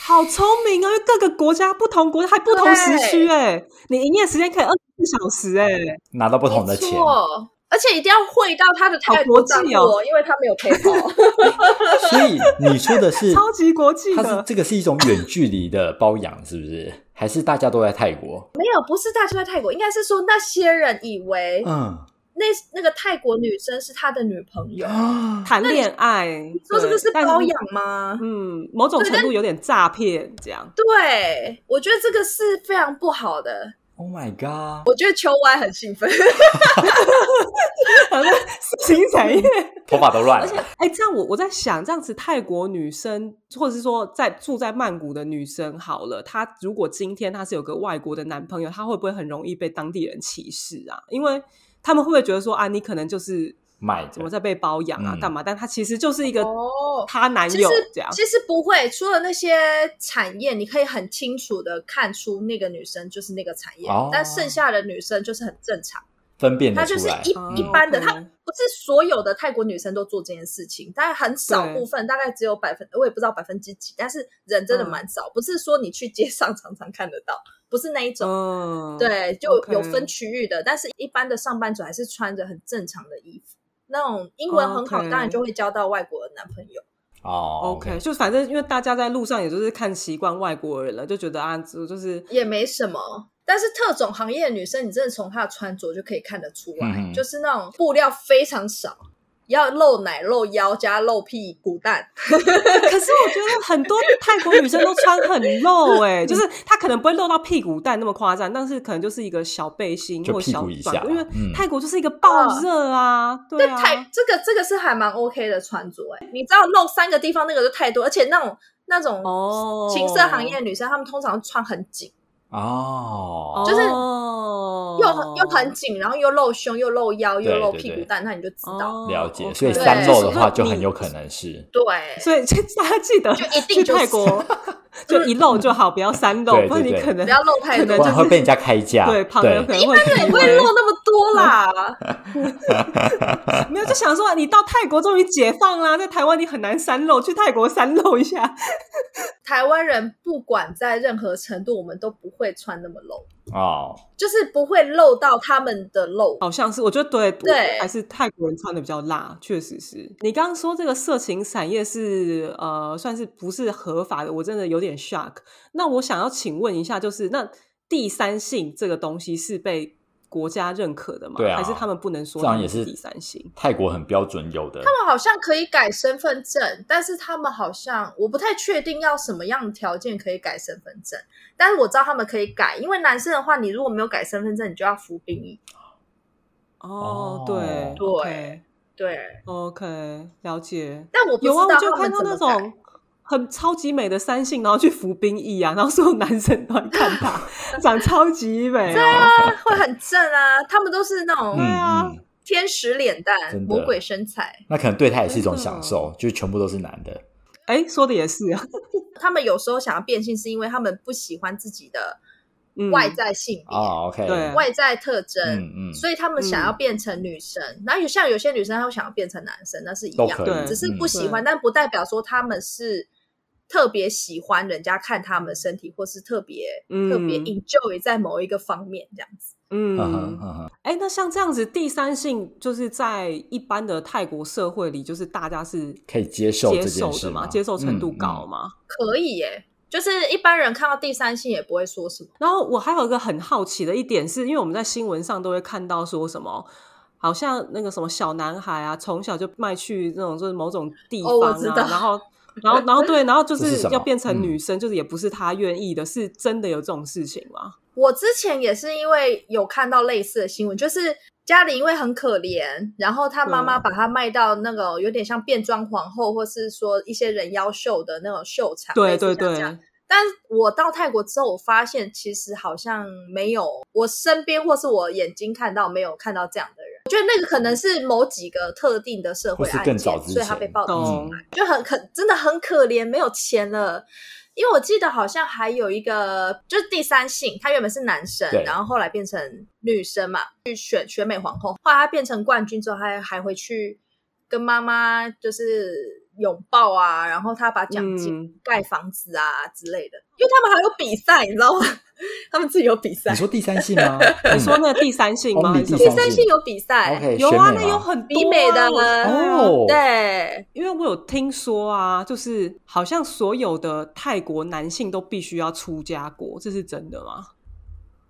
好聪明哦！因为各个国家不同国家还不同时区哎、你营业时间可以二十四小时哎、拿到不同的没钱，错，而且一定要汇到他的泰国账户好国际哦，因为他没有 PayPal。 所以你说 的是超级国际它是的。这个是一种远距离的包养，是不是？还是大家都在泰国？没有，不是大家都在泰国，应该是说那些人以为嗯 那那个泰国女生是他的女朋友，啊，谈恋爱，说这个是嗯对但包养吗？嗯，某种程度有点诈骗 这样。对，我觉得这个是非常不好的。 Oh my god！我觉得秋歪很兴奋，好像 色情产业，头发都乱而且了。哎、这样我我在想，这样子泰国女生，或者是说在住在曼谷的女生，好了，她如果今天她是有个外国的男朋友，她会不会很容易被当地人歧视啊？因为他们会不会觉得说啊，你可能就是卖的怎么在被包养啊嗯，干嘛？但她其实就是一个哦她男 其实友这样，其实不会，除了那些产业，你可以很清楚的看出那个女生就是那个产业，哦但剩下的女生就是很正常，分辨她得出就是来一，嗯一般的，嗯她不是所有的泰国女生都做这件事情，但很少对部分，大概只有百分，我也不知道百分之几，但是人真的嗯蛮少，不是说你去街上常常看得到，不是那一种。嗯，对，就 OK 有分区域的但是一般的上班族还是穿着很正常的衣服。那种英文很好哦 OK 当然就会交到外国的男朋友。哦 OK，就反正因为大家在路上也就是看习惯外国人了，就觉得啊，就就是也没什么。但是特种行业的女生，你真的从她的穿着就可以看得出来，嗯哼就是那种布料非常少，要露奶、露腰加露屁股蛋。可是我觉得很多泰国女生都穿很露哎、就是她可能不会露到屁股蛋那么夸张，但是可能就是一个小背心就或屁小股以下短吧裤，因为嗯泰国就是一个爆热啊，对啊，太这个这个是还蛮 OK 的穿着哎、你知道露三个地方那个就太多，而且那种那种哦情色行业的女生，她们通常穿很紧，哦，就是哦又很又很紧，然后又露胸又露腰又对露对屁股对蛋，那你就知道。哦了解。 OK 所以三漏的话就很你有可能是，对，所以就大家记得就一定去就是泰国就一漏就好，不要三漏对，对不然你对可能不要露太可多能不就然是会被人家开价。对旁人可能会不不会露那么多啦。没有就想说你到泰国终于解放啦，在台湾你很难三漏，去泰国三漏一下。台湾人不管在任何程度，我们都不会穿那么露。哦，就是不会漏到他们的漏。 好像是，我觉得对，对还是泰国人穿的比较辣，确实是。你刚刚说这个色情产业是呃，算是不是合法的？我真的有点 shock。那我想要请问一下，就是那第三性这个东西是被国家认可的吗？对啊还是他们不能这说他样们也是第三性？泰国很标准有的，他们好像可以改身份证，但是他们好像我不太确定要什么样的条件可以改身份证，但是我知道他们可以改，因为男生的话，你如果没有改身份证，你就要服兵役。哦哦，对对对， ，OK，, o k 了解。但我不知有啊，道我就他看们到怎那么改。种很超级美的三性，然后去服兵役啊，然后所有男生都来看他， 长超级美、对哦。啊，会很正啊！他们都是那嗯种啊嗯，天使脸蛋、真的魔鬼身材。那可能对他也是一种真的享受，就全部都是男的。哎，说的也是啊，他们有时候想要变性，是因为他们不喜欢自己的嗯，外在性别、哦，OK，对外在特征。嗯嗯，所以他们想要嗯变成女生，然后有像有些女生她会想要变成男生，那是一都样可的，以只是嗯不喜欢，但不代表说他们是特别喜欢人家看他们的身体，或是特别、嗯特别 enjoy 在某一个方面这样子。嗯哼嗯，嗯哼哎，那像这样子，第三性就是在一般的泰国社会里，就是大家是可以接受这接件受事的嘛，吗接受程度嗯嗯高嘛。可以耶、就是一般人看到第三性也不会说什么，然后我还有一个很好奇的一点是，因为我们在新闻上都会看到说什么，好像那个什么小男孩啊，从小就卖去那种就是某种地哦我方知啊，道 然后然后然后对，然后就这是什是么嗯要变成女生，就是也不是他愿意的，是真的有这种事情吗？我之前也是因为有看到类似的新闻，就是家里因为很可怜，然后他妈妈嗯把他卖到那个有点像变装皇后，或是说一些人妖秀的那种秀场，对类似对像这样对，但我到泰国之后，我发现其实好像没有我身边或是我眼睛看到没有看到这样的人。我觉得那个可能是某几个特定的社会或是案更件，早之所以他被前嗯报道出来，懂。就很可真的很可怜，没有钱了。因为我记得好像还有一个就是第三性，他原本是男生对，然后后来变成女生嘛，去选选美皇后。后来他变成冠军之后，他还回去跟妈妈就是拥抱啊，然后他把奖金嗯，盖房子啊之类的，因为他们还有比赛，你知道吗？他们自己有比赛你，说第三 性吗？你说那个第三 性吗？ Only 还是什么哦第第三三性有比赛， OK，有啊，选美那有吗很多比美的啊我知道啊哦对，因为我有听说啊，就是好像所有的泰国男性都必须要出家国，这是真的吗？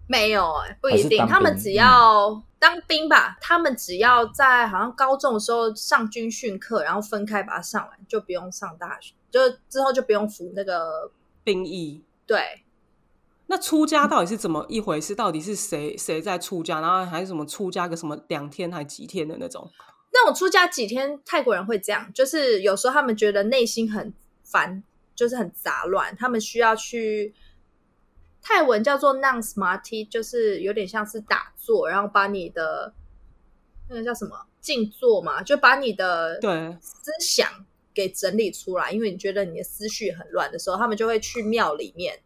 没有哎、不还一是定，当他们兵嗯只要当兵吧，他们只要在好像高中的时候上军训课，然后分开把它上完，就不用上大学，就之后就不用服那个兵役？对。那出家到底是怎么一回事？到底是谁谁在出家？然后还是什么出家个什么两天还几天的那种？那种出家几天，泰国人会这样，就是有时候他们觉得内心很烦，就是很杂乱，他们需要去泰文叫做 non smarty，就是有点像是打坐，然后把你的那个叫什么静坐嘛，就把你的对，思想给整理出来，因为你觉得你的思绪很乱的时候，他们就会去庙里面，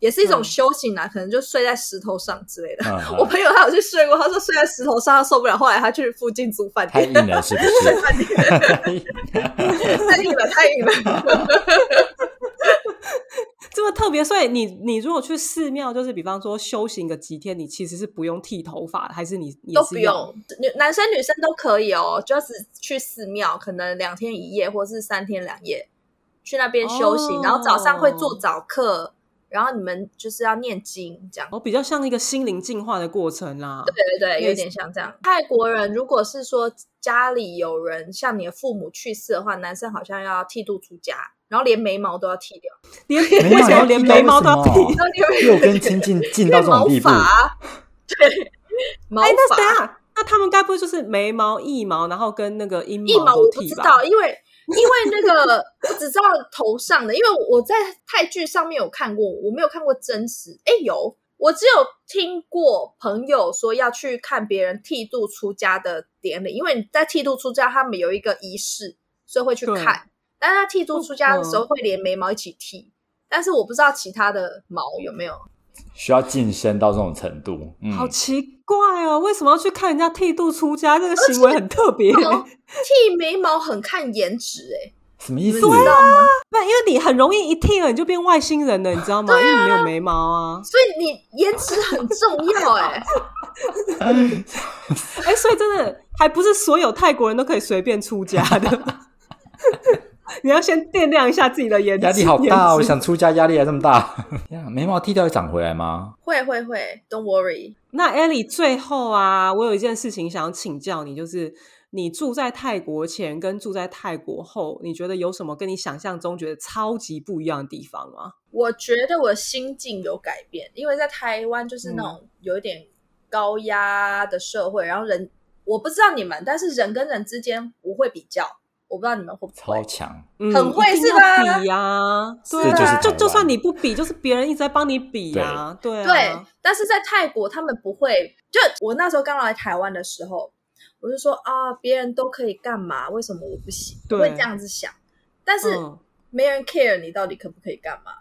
也是一种嗯修行啊，可能就睡在石头上之类的。嗯 我嗯朋友他有去睡过，他说睡在石头上他受不了，后来他去附近租饭太店硬。了，是 不是？太硬太硬了，太硬了。这么特别。所以你你如果去寺庙，就是比方说修行个几天，你其实是不用剃头发的，还是你也都是不要 用，女男生女生都可以哦，就是去寺庙，可能两天一夜或是三天两夜，去那边修行，哦然后早上会做早课，然后你们就是要念经这样。哦，比较像一个心灵净化的过程啦。对对对，类有似点像这样。泰国人如果是说家里有人像你的父母去世的话，男生好像要剃度出家，然后连眉毛都要剃掉，连眉毛为什么要连剃掉眉毛都要为剃什么？ 然后因为六 根清净净到这种毛 地步，啊发，啊对，毛哎，那等发一。下，那他们该不会就是眉毛、腋毛，然后跟那个阴一毛都我不剃知吧道，？因为因为那个我只知道头上的，因为我在泰剧上面有看过，我没有看过真实。哎，有，我只有听过朋友说要去看别人剃度出家的典礼，因为你在剃度出家，他们有一个仪式，所以会去对嗯看。但是他剃度出家的时候会连眉毛一起剃，但是我不知道其他的毛有没有。需要晋升到这种程度，嗯，好奇怪哦，为什么要去看 人哦家剃度出家？这个行为很特别。 毛剃眉毛很看颜值、欸，哎，什么意你思？们啊知道吗？不，因为你很容易一剃了你就变外星人了，你知道吗？因为你没有眉毛啊。所以你颜值很重要哎、哎、所以真的还不是所有泰国人都可以随便出家的。 你要先掂量一下自己的颜值，压力好 大哦！颜值想出家压力还这么大， 呀眉毛剃掉会长回来吗？会会会，Don't worry。那 Ellie 最后啊，我有一件事情想要请教你，就是你住在泰国前跟住在泰国后，你觉得有什么跟你想象中觉得超级不一样的地方吗？我觉得我心境有改变，因为在台湾就是那嗯种有一点高压的社会，然后人我不知道你们，但是人跟人之间不会比较，我不知道你们会不超会。强，嗯很会一定是要吧比呀、对这就是啊，台就就湾算你不比，就是别人一直在帮你比呀、啊，对啊，对，但是在泰国他们不会。就我那时候刚来台湾的时候，我就说啊，别人都可以干嘛，为什么我不行？对会这样子想，但是嗯没人 care 你到底可不可以干嘛。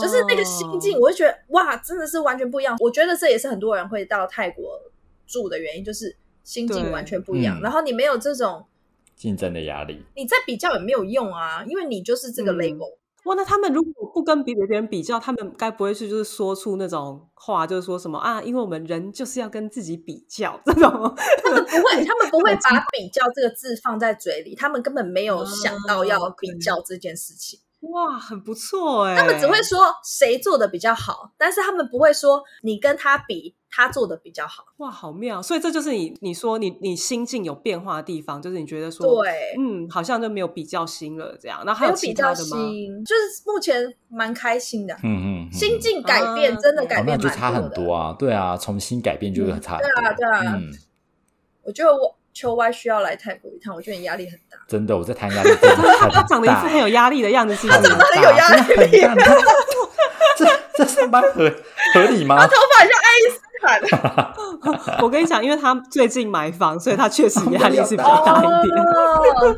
就是那个心境，哦我就觉得哇，真的是完全不一样。我觉得这也是很多人会到泰国住的原因，就是心境对完全不一样。嗯然后你没有这种，竞争的压力。你在比较也没有用啊，因为你就是这个嗯 label。哇，那他们如果不跟别人比较，他们该不会是就是说出那种话，就是说什么啊？因为我们人就是要跟自己比较这种， 他们不会，他们不会把比较这个字放在嘴里，他们根本没有想到要哦比较这件事情。哇，很不错哎、他们只会说谁做的比较好，但是他们不会说你跟他比，他做的比较好。哇，好妙！所以这就是你你说你你心境有变化的地方，就是你觉得说，对，嗯，好像就没有比较心了这样。那还没有其比他较的吗？心，就是目前蛮开心的。嗯嗯，嗯心境改啊变真的对改哦，那变就蛮差很的多啊。对啊，重新改变就会差很多。嗯对啊对啊嗯，我觉得我秋歪需要来泰国一趟，我觉得你压力很大。真的，我在谈压力真 的很大。他长得一副很有压力的样子，是不是？得很有压力力，真的很大这这上班合合理吗？头发像爱因斯坦，我跟你讲，因为他最近买房，所以他确实压力是比较大一点。哦。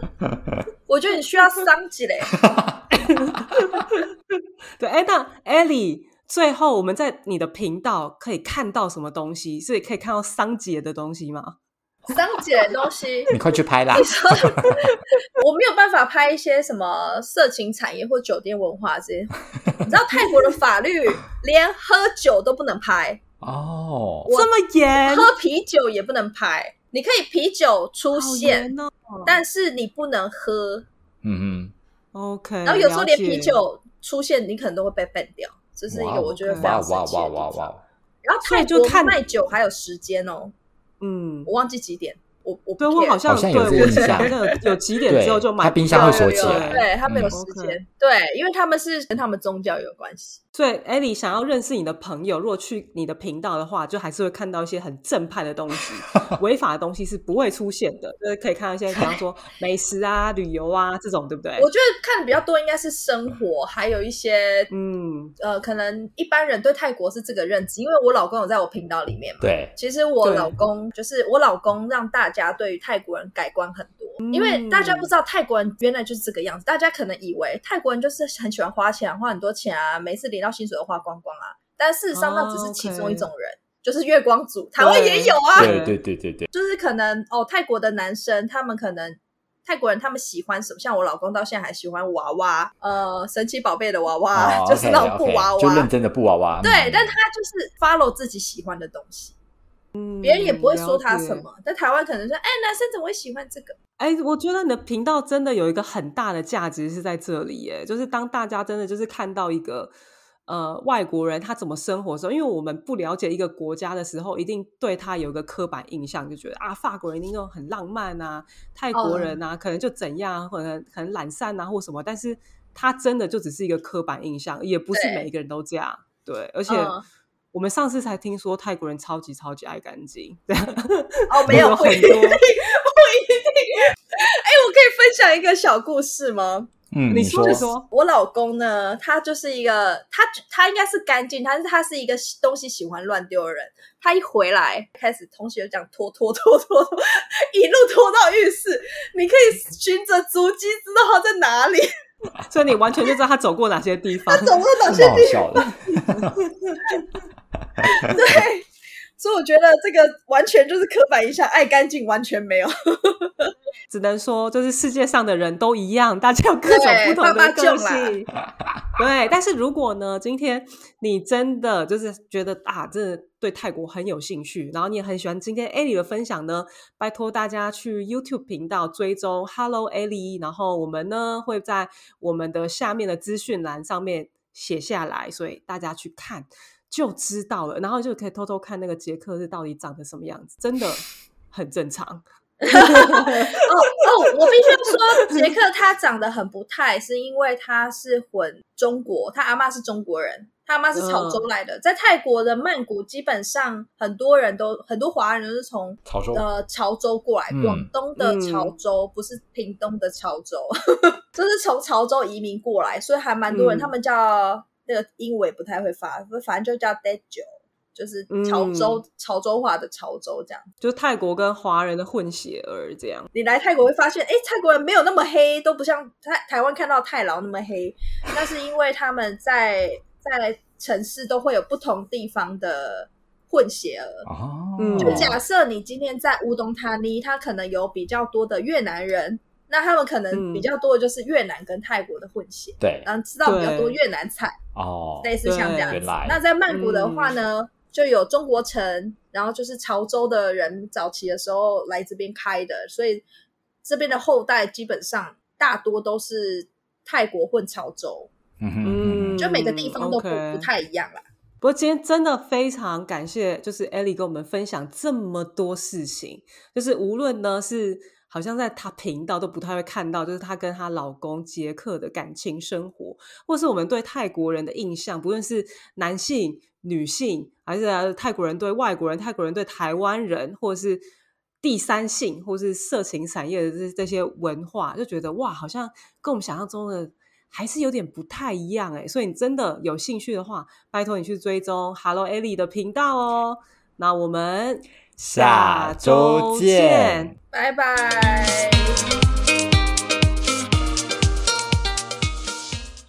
我觉得你需要桑吉嘞，对，哎，那 Ellie，最后我们在你的频道可以看到什么东西？是可以看到桑杰的东西吗？桑吉的东 西，你快去拍啦！我没有办法拍一些什么色情产业或酒店文化这些。你知道泰国的法律连喝酒都不能拍，哦，我这么严，喝啤酒也不能拍。你可以啤酒出好现，严哦。但是你不能喝。嗯 OK，然后有时候连了解啤酒出现，你可能都会被 ban 掉。这嗯，是一个我觉得非非哇常常神哇奇哇的哇地方。哇！然后泰所以就国看卖酒还有时间哦，嗯，我忘记几点，我我不对我 care 好像好像对有我这个记得印象好像有有几点对之后就，买它不冰到箱有会有锁有，起来。对他嗯们有时间，对，因为他们是跟他们宗教有关系，所以 Ellie 想要认识你的朋友，如果去你的频道的话，就还是会看到一些很正派的东 西，违法的东西是不会出现的，就是可以看到一些，比方说美食啊、旅游啊这种，对不对？我觉得看的比较多应该是生活，还有一些。嗯，呃，可能一般人对泰国是这个认知，因为我老公有在我频道里面嘛。对，其实我对老公就是我老公，让大家对于泰国人改观很多，嗯因为大家不知道泰国人原来就是这个样子，大家可能以为泰国人就是很喜欢花钱，花很多钱啊，每次领到薪水都花光光啊，但事实上那只是其中一种人，就是月光族，台湾也有啊，哦对对对对对，就是可能哦，泰国的男生他们可能。泰国人他们喜欢什么？像我老公到现在还喜欢娃娃，呃，神奇宝贝的娃娃，啊哦 就是那种布 OK，OK，娃娃。就认真的布娃娃。对，嗯但他就是 follow 自己喜欢的东西。嗯别人也不会说他什。么。但台湾可能说，哎，男生怎么会喜欢这 个？哎、我觉得你的频道真的有一个很大的价值是在这里，耶，就是当大家真的就是看到一个呃外国人他怎么生活的时候，因为我们不了解一个国家的时候，一定对他有一个刻板印象，就觉得啊，法国人一定都很浪漫啊，泰国人啊，可能就怎样啊，可能可能懒散啊或什么，但是他真的就只是一个刻板印象，也不是对每一个人都这样。对，而且嗯我们上次才听说泰国人超级超级爱干净，对，哦，没有，有不很一定，多不一定。哎，我可以分享一个小故事吗？嗯，你说说你说，我老公呢，他就是一个他他应该是干净，但是他是一个东西喜欢乱丢的人。他一回来开始，同学就讲拖拖拖拖拖， 一路拖到浴室。你可以循着足迹知道他在哪里，所以你完全就知道他走过哪些地方。走过哪这些么好地方。笑的，所以我觉得这个完全就是刻板印象，爱干净完全 没有。只能说，就是世界上的人都一样，大家有各种不对同爸爸的就个啦性。对，但是如果呢，今天你真的就是觉得啊，真的对泰国很有兴趣，然后你也很喜欢今天 Ellie 的分享呢，拜托大家去 YouTube 频道追踪 Hello Ellie，然后我们呢会在我们的下面的资讯栏上面写下来，所以大家去看就知道了，然后就可以偷偷看那个杰克是到底长得什么样子，真的很正常。哦哦，我必须说，杰克他长得很不太，是因为他是混中国，他阿妈是中国人，他阿妈是潮州来的。在泰国的曼谷，基本上很多人都很多华人都是从 潮州呃潮州过来，嗯广东的潮州、不是屏东的潮州， 就是从潮州移民过来，所以还蛮多人，嗯他们叫那个英文不太会发，反正就叫 d e j o 就是潮州、潮州话的潮州这样。就是泰国跟华人的混血儿这样。你来泰国会发现，哎，泰国人没有那么黑，都不像台台湾看到泰劳那么黑。那是因为他们在在城市都会有不同地方的混血儿。哦，嗯就假设你今天在乌东塔尼，他可能有比较多的越南人，那他们可能嗯比较多的就是越南跟泰国的混血，对然后吃到比较多对越南菜，哦，类似像这样对子原来。嗯那在曼谷的话呢，就有中国城，然后就是潮州的人早期的时候来这边开的，所以这边的后代基本上大多都是泰国混潮州，嗯哼嗯哼就每个地方都不、 OK 不太一样啦。不过今天真的非常感谢，就是 Ellie 跟我们分享这么多事情，就是无论呢是好像在她频道都不太会看到，就是她跟她老公杰克的感情生活，或是我们对泰国人的印象，不论是男性、女性，还是呃泰国人对外国人、泰国人对台湾人，或者是第三性，或是色情产业的这这些文化，就觉得哇，好像跟我们想象中的还是有点不太一样哎、所以你真的有兴趣的话，拜托你去追踪 Hello Ellie 的频道哦。那我们下周见下周见拜拜。